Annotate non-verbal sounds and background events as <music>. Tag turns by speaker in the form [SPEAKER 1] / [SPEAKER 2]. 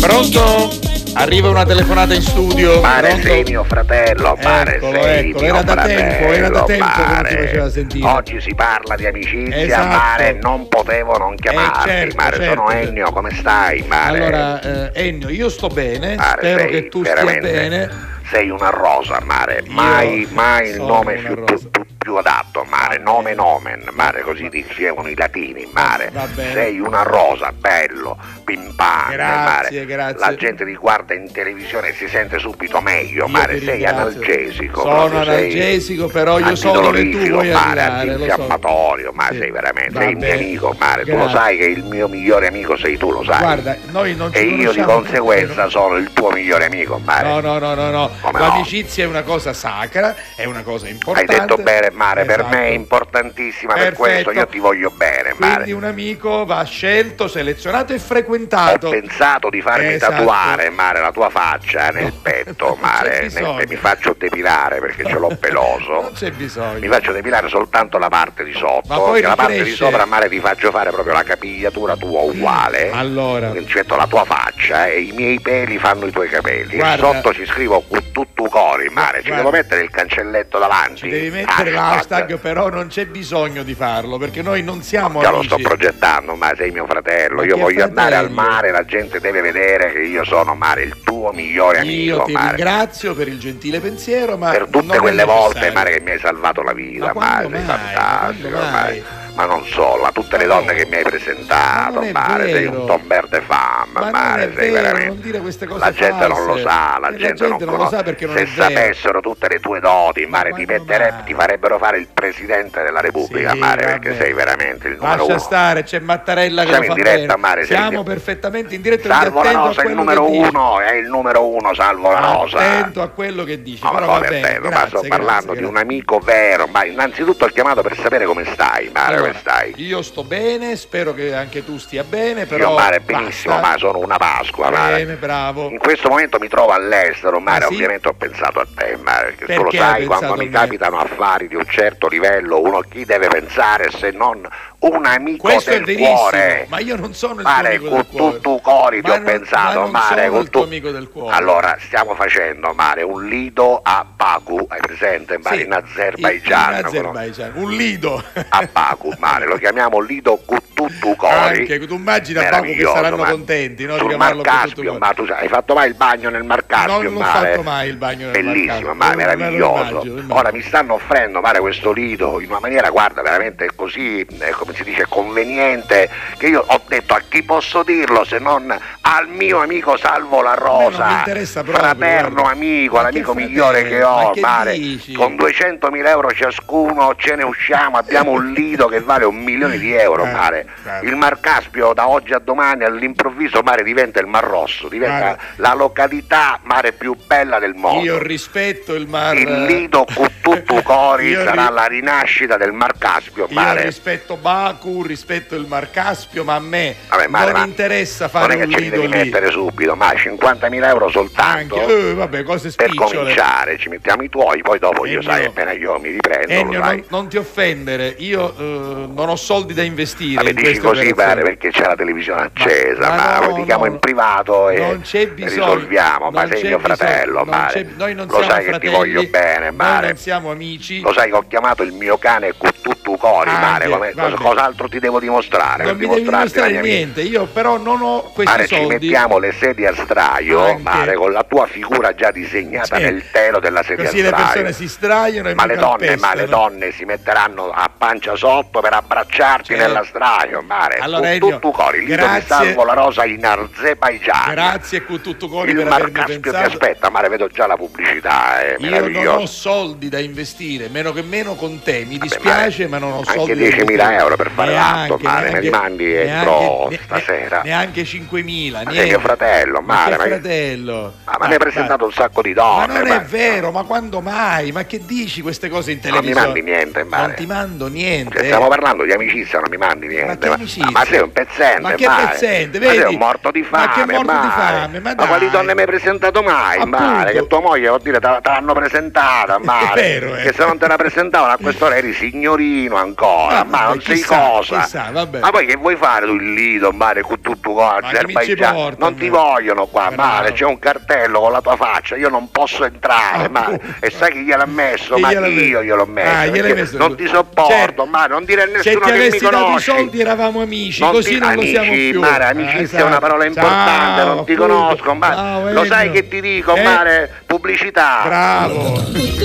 [SPEAKER 1] Pronto? Arriva una telefonata in studio.
[SPEAKER 2] Mare
[SPEAKER 1] Pronto?
[SPEAKER 2] sei mio fratello, mare
[SPEAKER 1] Eccolo,
[SPEAKER 2] sei
[SPEAKER 1] eccolo,
[SPEAKER 2] mio
[SPEAKER 1] Ecco. era da
[SPEAKER 2] fratello,
[SPEAKER 1] tempo, era da tempo che non
[SPEAKER 2] mare.
[SPEAKER 1] ti faceva sentire.
[SPEAKER 2] Oggi si parla di amicizia,
[SPEAKER 1] Esatto.
[SPEAKER 2] mare, non potevo non chiamarti,
[SPEAKER 1] certo,
[SPEAKER 2] mare,
[SPEAKER 1] certo,
[SPEAKER 2] sono
[SPEAKER 1] certo.
[SPEAKER 2] Ennio, come stai, mare?
[SPEAKER 1] Allora, eh, Ennio, io sto bene,
[SPEAKER 2] Mare,
[SPEAKER 1] spero
[SPEAKER 2] sei
[SPEAKER 1] che tu stia
[SPEAKER 2] veramente-
[SPEAKER 1] bene.
[SPEAKER 2] Sei una rosa, mare,
[SPEAKER 1] Io
[SPEAKER 2] mai, mai il
[SPEAKER 1] sono
[SPEAKER 2] nome
[SPEAKER 1] una
[SPEAKER 2] più,
[SPEAKER 1] rosa.
[SPEAKER 2] più- più adatto, mare, nomen omen, mare, così dicevano i latini, mare.
[SPEAKER 1] Va bene.
[SPEAKER 2] Sei una rosa, bello, pimpante,
[SPEAKER 1] Grazie,
[SPEAKER 2] mare.
[SPEAKER 1] grazie.
[SPEAKER 2] La gente ti guarda in televisione e si sente subito meglio,
[SPEAKER 1] Io
[SPEAKER 2] mare,
[SPEAKER 1] ti
[SPEAKER 2] sei
[SPEAKER 1] ringrazio.
[SPEAKER 2] analgesico.
[SPEAKER 1] Sono
[SPEAKER 2] proprio sei
[SPEAKER 1] analgesico, però io so dove tu
[SPEAKER 2] antidolorifico,
[SPEAKER 1] vuoi
[SPEAKER 2] mare,
[SPEAKER 1] arrivare. Lo so.
[SPEAKER 2] antinfiammatorio, ma
[SPEAKER 1] Sì.
[SPEAKER 2] sei veramente,
[SPEAKER 1] Va
[SPEAKER 2] sei il mio
[SPEAKER 1] bene.
[SPEAKER 2] amico, mare, tu lo
[SPEAKER 1] Grazie.
[SPEAKER 2] sai che il mio migliore amico sei tu, lo sai.
[SPEAKER 1] Guarda, noi non ci
[SPEAKER 2] e io di
[SPEAKER 1] conosciamo,
[SPEAKER 2] conseguenza
[SPEAKER 1] vero?
[SPEAKER 2] sono il tuo migliore amico, mare.
[SPEAKER 1] No, no, no, no, no.
[SPEAKER 2] Come no?
[SPEAKER 1] L'amicizia è una cosa sacra, è una cosa
[SPEAKER 2] Hai
[SPEAKER 1] importante.
[SPEAKER 2] detto bene, Mare, per
[SPEAKER 1] Esatto.
[SPEAKER 2] me è importantissima, per
[SPEAKER 1] Perfetto.
[SPEAKER 2] questo io ti voglio bene, Mare.
[SPEAKER 1] Quindi un amico va scelto, selezionato e frequentato.
[SPEAKER 2] Ho pensato di farmi
[SPEAKER 1] Esatto.
[SPEAKER 2] tatuare, Mare, la tua faccia eh, nel
[SPEAKER 1] No,
[SPEAKER 2] petto,
[SPEAKER 1] non c'è
[SPEAKER 2] Mare,
[SPEAKER 1] bisogno.
[SPEAKER 2] mentre mi faccio depilare perché ce
[SPEAKER 1] <laughs>
[SPEAKER 2] l'ho
[SPEAKER 1] Non
[SPEAKER 2] peloso.
[SPEAKER 1] c'è bisogno.
[SPEAKER 2] Mi faccio depilare soltanto la parte di
[SPEAKER 1] Ma
[SPEAKER 2] sotto,
[SPEAKER 1] poi
[SPEAKER 2] che la parte di
[SPEAKER 1] ricresce.
[SPEAKER 2] sopra, Mare, ti faccio fare proprio la capigliatura tua uguale.
[SPEAKER 1] Mm, Allora,
[SPEAKER 2] Rispetto la tua faccia eh, e i miei peli fanno i tuoi capelli. E
[SPEAKER 1] Guarda.
[SPEAKER 2] sotto ci scrivo tutto cori, mare. Ci
[SPEAKER 1] Guarda.
[SPEAKER 2] devo mettere il cancelletto davanti. Ah,
[SPEAKER 1] ci devi
[SPEAKER 2] eh,
[SPEAKER 1] mettere
[SPEAKER 2] Hashtag.
[SPEAKER 1] l'hashtag, però non c'è bisogno di farlo perché noi non siamo
[SPEAKER 2] Io lo
[SPEAKER 1] amici.
[SPEAKER 2] sto progettando, ma sei mio fratello,
[SPEAKER 1] Ma
[SPEAKER 2] io
[SPEAKER 1] che
[SPEAKER 2] voglio andare al
[SPEAKER 1] fratello?
[SPEAKER 2] mare, la gente deve vedere che io sono mare, il tuo migliore amico,
[SPEAKER 1] Io ti
[SPEAKER 2] mare.
[SPEAKER 1] ringrazio per il gentile pensiero, ma
[SPEAKER 2] Per
[SPEAKER 1] non
[SPEAKER 2] tutte
[SPEAKER 1] è
[SPEAKER 2] quelle volte,
[SPEAKER 1] necessario.
[SPEAKER 2] mare, che mi hai salvato la vita,
[SPEAKER 1] Ma quando
[SPEAKER 2] mare, sei
[SPEAKER 1] mai?
[SPEAKER 2] fantastico,
[SPEAKER 1] Quando mai?
[SPEAKER 2] mare. Ma non solo, a tutte le
[SPEAKER 1] Ma no.
[SPEAKER 2] donne che mi hai presentato,
[SPEAKER 1] Ma non è
[SPEAKER 2] mare, sei un
[SPEAKER 1] vero.
[SPEAKER 2] tomber de fama,
[SPEAKER 1] Ma non
[SPEAKER 2] mare,
[SPEAKER 1] è
[SPEAKER 2] sei
[SPEAKER 1] vero,
[SPEAKER 2] veramente.
[SPEAKER 1] non dire queste cose
[SPEAKER 2] la gente non lo
[SPEAKER 1] false.
[SPEAKER 2] sa, la
[SPEAKER 1] Eh, la
[SPEAKER 2] gente,
[SPEAKER 1] gente non lo
[SPEAKER 2] conosce.
[SPEAKER 1] sa perché non
[SPEAKER 2] Se
[SPEAKER 1] è vero.
[SPEAKER 2] sapessero tutte le tue doti,
[SPEAKER 1] Ma
[SPEAKER 2] mare, ti,
[SPEAKER 1] quando
[SPEAKER 2] mettere-
[SPEAKER 1] mai?
[SPEAKER 2] ti farebbero fare il presidente della Repubblica,
[SPEAKER 1] Sì,
[SPEAKER 2] mare,
[SPEAKER 1] vabbè.
[SPEAKER 2] perché sei veramente il numero
[SPEAKER 1] Lascia
[SPEAKER 2] uno.
[SPEAKER 1] stare, c'è Mattarella che
[SPEAKER 2] Siamo
[SPEAKER 1] lo
[SPEAKER 2] in
[SPEAKER 1] fa
[SPEAKER 2] diretta,
[SPEAKER 1] bene.
[SPEAKER 2] Mare, sei
[SPEAKER 1] Siamo
[SPEAKER 2] in-
[SPEAKER 1] perfettamente in diretta quindi
[SPEAKER 2] Salvo la
[SPEAKER 1] attento a
[SPEAKER 2] Rosa, il
[SPEAKER 1] quello che
[SPEAKER 2] numero
[SPEAKER 1] dici.
[SPEAKER 2] uno, è il numero uno, Salvo la Rosa.
[SPEAKER 1] Attento a quello che dici,
[SPEAKER 2] No, ma
[SPEAKER 1] però
[SPEAKER 2] come
[SPEAKER 1] va bene,
[SPEAKER 2] bello, ma
[SPEAKER 1] grazie,
[SPEAKER 2] sto
[SPEAKER 1] grazie,
[SPEAKER 2] parlando di
[SPEAKER 1] grazie.
[SPEAKER 2] un amico vero, ma innanzitutto ho chiamato per sapere come stai, Mare,
[SPEAKER 1] Allora,
[SPEAKER 2] come stai?
[SPEAKER 1] Io sto bene, spero che anche tu stia bene, però
[SPEAKER 2] Io Mare benissimo,
[SPEAKER 1] basta.
[SPEAKER 2] ma sono una Pasqua, Mare.
[SPEAKER 1] Bene, bravo.
[SPEAKER 2] In questo momento mi trovo all'estero, Mare,
[SPEAKER 1] Ah, sì?
[SPEAKER 2] ovviamente ho pensato a te, Mare, perché, tu
[SPEAKER 1] Perché
[SPEAKER 2] lo
[SPEAKER 1] hai
[SPEAKER 2] sai,
[SPEAKER 1] pensato
[SPEAKER 2] quando
[SPEAKER 1] a
[SPEAKER 2] mi
[SPEAKER 1] me?
[SPEAKER 2] capitano affari di un certo livello, uno chi deve pensare se non un amico
[SPEAKER 1] Questo è
[SPEAKER 2] del
[SPEAKER 1] verissimo,
[SPEAKER 2] cuore?
[SPEAKER 1] ma io non sono il
[SPEAKER 2] Mare,
[SPEAKER 1] tuo amico del
[SPEAKER 2] con
[SPEAKER 1] cuore.
[SPEAKER 2] tutto cori ti
[SPEAKER 1] Ma
[SPEAKER 2] ho
[SPEAKER 1] non-
[SPEAKER 2] pensato,
[SPEAKER 1] ma non
[SPEAKER 2] Mare.
[SPEAKER 1] sono
[SPEAKER 2] con
[SPEAKER 1] il tuo
[SPEAKER 2] tu-
[SPEAKER 1] amico del cuore.
[SPEAKER 2] Allora, stiamo facendo, Mare, un lido a Baku, hai presente, Mare,
[SPEAKER 1] Sì,
[SPEAKER 2] in Azerbaigian.
[SPEAKER 1] in
[SPEAKER 2] quello-
[SPEAKER 1] Azerbaigian, un lido. <laughs>
[SPEAKER 2] A Baku, Mare, lo chiamiamo lido Kuttutu Cori.
[SPEAKER 1] Anche, tu immagini a Baku che
[SPEAKER 2] Meraviglioso,
[SPEAKER 1] saranno
[SPEAKER 2] Mare.
[SPEAKER 1] contenti, no, di
[SPEAKER 2] Sul Mar
[SPEAKER 1] chiamarlo
[SPEAKER 2] Caspio,
[SPEAKER 1] Kuttutu Cori.
[SPEAKER 2] ma tu sai, hai fatto mai il bagno nel Mar Caspio,
[SPEAKER 1] non l'ho
[SPEAKER 2] Mare?
[SPEAKER 1] fatto mai il bagno nel Mar
[SPEAKER 2] Bellissimo,
[SPEAKER 1] Caspio,
[SPEAKER 2] ma
[SPEAKER 1] me lo
[SPEAKER 2] meraviglioso.
[SPEAKER 1] immagino, lo immagino.
[SPEAKER 2] Ora mi stanno offrendo, Mare, questo lido in una maniera, guarda, veramente così, eh, come si dice, conveniente, che io ho detto a chi posso dirlo se non al mio amico Salvo La Rosa.
[SPEAKER 1] non mi interessa proprio,
[SPEAKER 2] Fraterno
[SPEAKER 1] guarda.
[SPEAKER 2] amico,
[SPEAKER 1] Ma
[SPEAKER 2] l'amico
[SPEAKER 1] che
[SPEAKER 2] migliore che
[SPEAKER 1] fratello,
[SPEAKER 2] ho,
[SPEAKER 1] ma che
[SPEAKER 2] Mare.
[SPEAKER 1] dici?
[SPEAKER 2] Con 200.000 euro ciascuno ce ne usciamo, abbiamo un lido che vale un milione di euro,
[SPEAKER 1] Eh,
[SPEAKER 2] Mare.
[SPEAKER 1] certo.
[SPEAKER 2] Il Mar Caspio da oggi a domani all'improvviso Mare diventa il Mar Rosso, diventa
[SPEAKER 1] Guarda.
[SPEAKER 2] la località mare più bella del mondo.
[SPEAKER 1] Io rispetto il mar.
[SPEAKER 2] il lido Kuttutu Cori
[SPEAKER 1] Io ri-
[SPEAKER 2] sarà la rinascita del Mar Caspio,
[SPEAKER 1] Io
[SPEAKER 2] Mare.
[SPEAKER 1] rispetto Baku, rispetto il Mar Caspio, ma a me
[SPEAKER 2] Vabbè, Mare,
[SPEAKER 1] non
[SPEAKER 2] ma
[SPEAKER 1] interessa
[SPEAKER 2] Non
[SPEAKER 1] fare
[SPEAKER 2] è che
[SPEAKER 1] un
[SPEAKER 2] ce li
[SPEAKER 1] lido
[SPEAKER 2] devi
[SPEAKER 1] lì.
[SPEAKER 2] mettere subito, ma 50.000 euro soltanto.
[SPEAKER 1] Anche, eh, vabbè, cose
[SPEAKER 2] Per
[SPEAKER 1] spicciole.
[SPEAKER 2] cominciare ci mettiamo i tuoi, poi dopo io
[SPEAKER 1] Ennio.
[SPEAKER 2] sai appena io mi riprendo,
[SPEAKER 1] Ennio,
[SPEAKER 2] lo sai.
[SPEAKER 1] non, non ti offendere, io eh, non ho soldi da investire
[SPEAKER 2] Vabbè,
[SPEAKER 1] in
[SPEAKER 2] dici
[SPEAKER 1] queste
[SPEAKER 2] così pare
[SPEAKER 1] operazioni.
[SPEAKER 2] perché c'è la televisione accesa,
[SPEAKER 1] ma
[SPEAKER 2] ma,
[SPEAKER 1] no,
[SPEAKER 2] lo chiamo
[SPEAKER 1] no,
[SPEAKER 2] in privato e
[SPEAKER 1] non c'è bisogno,
[SPEAKER 2] risolviamo, ma
[SPEAKER 1] non
[SPEAKER 2] sei
[SPEAKER 1] c'è
[SPEAKER 2] mio fratello,
[SPEAKER 1] bisogno, non
[SPEAKER 2] Mare.
[SPEAKER 1] c'è- noi non
[SPEAKER 2] lo
[SPEAKER 1] siamo
[SPEAKER 2] sai che ti
[SPEAKER 1] fratelli,
[SPEAKER 2] voglio bene,
[SPEAKER 1] noi
[SPEAKER 2] Mare.
[SPEAKER 1] non siamo amici.
[SPEAKER 2] Lo sai che ho chiamato il mio cane con tutto cori,
[SPEAKER 1] Anche,
[SPEAKER 2] Mare, come-
[SPEAKER 1] va
[SPEAKER 2] cosa-
[SPEAKER 1] bene.
[SPEAKER 2] cos'altro ti devo dimostrare?
[SPEAKER 1] non
[SPEAKER 2] Per
[SPEAKER 1] mi devi
[SPEAKER 2] dimostrarti la
[SPEAKER 1] dimostrare
[SPEAKER 2] mia amica.
[SPEAKER 1] niente, io però non ho questi
[SPEAKER 2] Mare, ci
[SPEAKER 1] soldi.
[SPEAKER 2] mettiamo le sedie a sdraio,
[SPEAKER 1] Anche.
[SPEAKER 2] Mare, con la tua figura già disegnata
[SPEAKER 1] Sì.
[SPEAKER 2] nel telo della sedia
[SPEAKER 1] Eh, Così
[SPEAKER 2] a
[SPEAKER 1] le
[SPEAKER 2] sdraio.
[SPEAKER 1] persone si straiano e
[SPEAKER 2] Ma
[SPEAKER 1] mi
[SPEAKER 2] le donne, ma
[SPEAKER 1] calpestano.
[SPEAKER 2] le donne si metteranno a pancia sotto per abbracciarti
[SPEAKER 1] Certo.
[SPEAKER 2] nella sdraio, mare.
[SPEAKER 1] Allora,
[SPEAKER 2] tu, tu,
[SPEAKER 1] Ennio,
[SPEAKER 2] tu cori, lì dove
[SPEAKER 1] grazie.
[SPEAKER 2] salvo la rosa in Azerbaigian.
[SPEAKER 1] Grazie Cuttutucori
[SPEAKER 2] Il
[SPEAKER 1] per
[SPEAKER 2] Mar
[SPEAKER 1] avermi
[SPEAKER 2] Caspio ti
[SPEAKER 1] pensato.
[SPEAKER 2] aspetta, mare, vedo già la pubblicità, è
[SPEAKER 1] Io non
[SPEAKER 2] meraviglioso.
[SPEAKER 1] ho soldi da investire, meno che meno con te, mi
[SPEAKER 2] Vabbè,
[SPEAKER 1] dispiace, ma
[SPEAKER 2] Mare,
[SPEAKER 1] non ho
[SPEAKER 2] anche
[SPEAKER 1] soldi. da
[SPEAKER 2] 10.000
[SPEAKER 1] investire.
[SPEAKER 2] euro per fare l'atto, Mare, me li mandi entro
[SPEAKER 1] ne-
[SPEAKER 2] stasera.
[SPEAKER 1] Neanche 5.000,
[SPEAKER 2] Ma
[SPEAKER 1] niente.
[SPEAKER 2] sei mio fratello,
[SPEAKER 1] Ma
[SPEAKER 2] Mare,
[SPEAKER 1] che
[SPEAKER 2] ma,
[SPEAKER 1] fratello.
[SPEAKER 2] Ah, ma mi hai presentato un sacco di
[SPEAKER 1] Ma
[SPEAKER 2] donne.
[SPEAKER 1] non è
[SPEAKER 2] Mare.
[SPEAKER 1] vero, ma quando mai? Ma che dici queste cose in
[SPEAKER 2] Non mi
[SPEAKER 1] televisione?
[SPEAKER 2] mandi niente, Mare.
[SPEAKER 1] Non ti mando
[SPEAKER 2] Cioè,
[SPEAKER 1] niente. eh.
[SPEAKER 2] stiamo parlando di amicizia, non mi mandi niente.
[SPEAKER 1] Ma che amicizia?
[SPEAKER 2] ma sei un pezzente,
[SPEAKER 1] Ma che
[SPEAKER 2] Mare.
[SPEAKER 1] pezzente,
[SPEAKER 2] Ma sei
[SPEAKER 1] vedi?
[SPEAKER 2] un morto di
[SPEAKER 1] Ma
[SPEAKER 2] fame,
[SPEAKER 1] che morto di
[SPEAKER 2] Mare.
[SPEAKER 1] fame, ma
[SPEAKER 2] quali
[SPEAKER 1] dai.
[SPEAKER 2] donne mi hai presentato mai, Mare?
[SPEAKER 1] Appunto.
[SPEAKER 2] Che tua
[SPEAKER 1] <laughs>
[SPEAKER 2] moglie, vuol dire, te l'hanno presentata, Mare.
[SPEAKER 1] vero, eh.
[SPEAKER 2] Che se non te la presentavano a quest'ora eri signorina, bambino ancora,
[SPEAKER 1] Ah,
[SPEAKER 2] ma
[SPEAKER 1] vabbè,
[SPEAKER 2] non sei
[SPEAKER 1] chissà,
[SPEAKER 2] cosa.
[SPEAKER 1] chissà, vabbè.
[SPEAKER 2] Ma poi che vuoi fare tu il lido, mare con tutto
[SPEAKER 1] Ma chi mi ci
[SPEAKER 2] Azerbaigian?
[SPEAKER 1] porta,
[SPEAKER 2] Non ti
[SPEAKER 1] no?
[SPEAKER 2] vogliono qua,
[SPEAKER 1] Bravo.
[SPEAKER 2] male, c'è un cartello con la tua faccia, io non posso entrare,
[SPEAKER 1] Ah,
[SPEAKER 2] ma
[SPEAKER 1] oh.
[SPEAKER 2] e sai chi gliel'ha messo?
[SPEAKER 1] Chi
[SPEAKER 2] Ma
[SPEAKER 1] gliel'ha messo?
[SPEAKER 2] io gliel'ho messo.
[SPEAKER 1] Ah, gliel'hai
[SPEAKER 2] perché
[SPEAKER 1] messo.
[SPEAKER 2] Non ti sopporto,
[SPEAKER 1] Certo.
[SPEAKER 2] ma non dire a
[SPEAKER 1] Se
[SPEAKER 2] nessuno
[SPEAKER 1] ti
[SPEAKER 2] che mi
[SPEAKER 1] avessi dato i
[SPEAKER 2] conosci.
[SPEAKER 1] soldi eravamo amici,
[SPEAKER 2] Non
[SPEAKER 1] così
[SPEAKER 2] ti-
[SPEAKER 1] non lo siamo
[SPEAKER 2] amici,
[SPEAKER 1] più.
[SPEAKER 2] Mare,
[SPEAKER 1] Ah,
[SPEAKER 2] amicizia è
[SPEAKER 1] esatto.
[SPEAKER 2] una parola importante,
[SPEAKER 1] Ciao,
[SPEAKER 2] non ti
[SPEAKER 1] Fulvio.
[SPEAKER 2] conosco, ma
[SPEAKER 1] Ciao,
[SPEAKER 2] lo sai
[SPEAKER 1] Elio.
[SPEAKER 2] che ti dico,
[SPEAKER 1] Eh,
[SPEAKER 2] Mare? Pubblicità.
[SPEAKER 1] Bravo.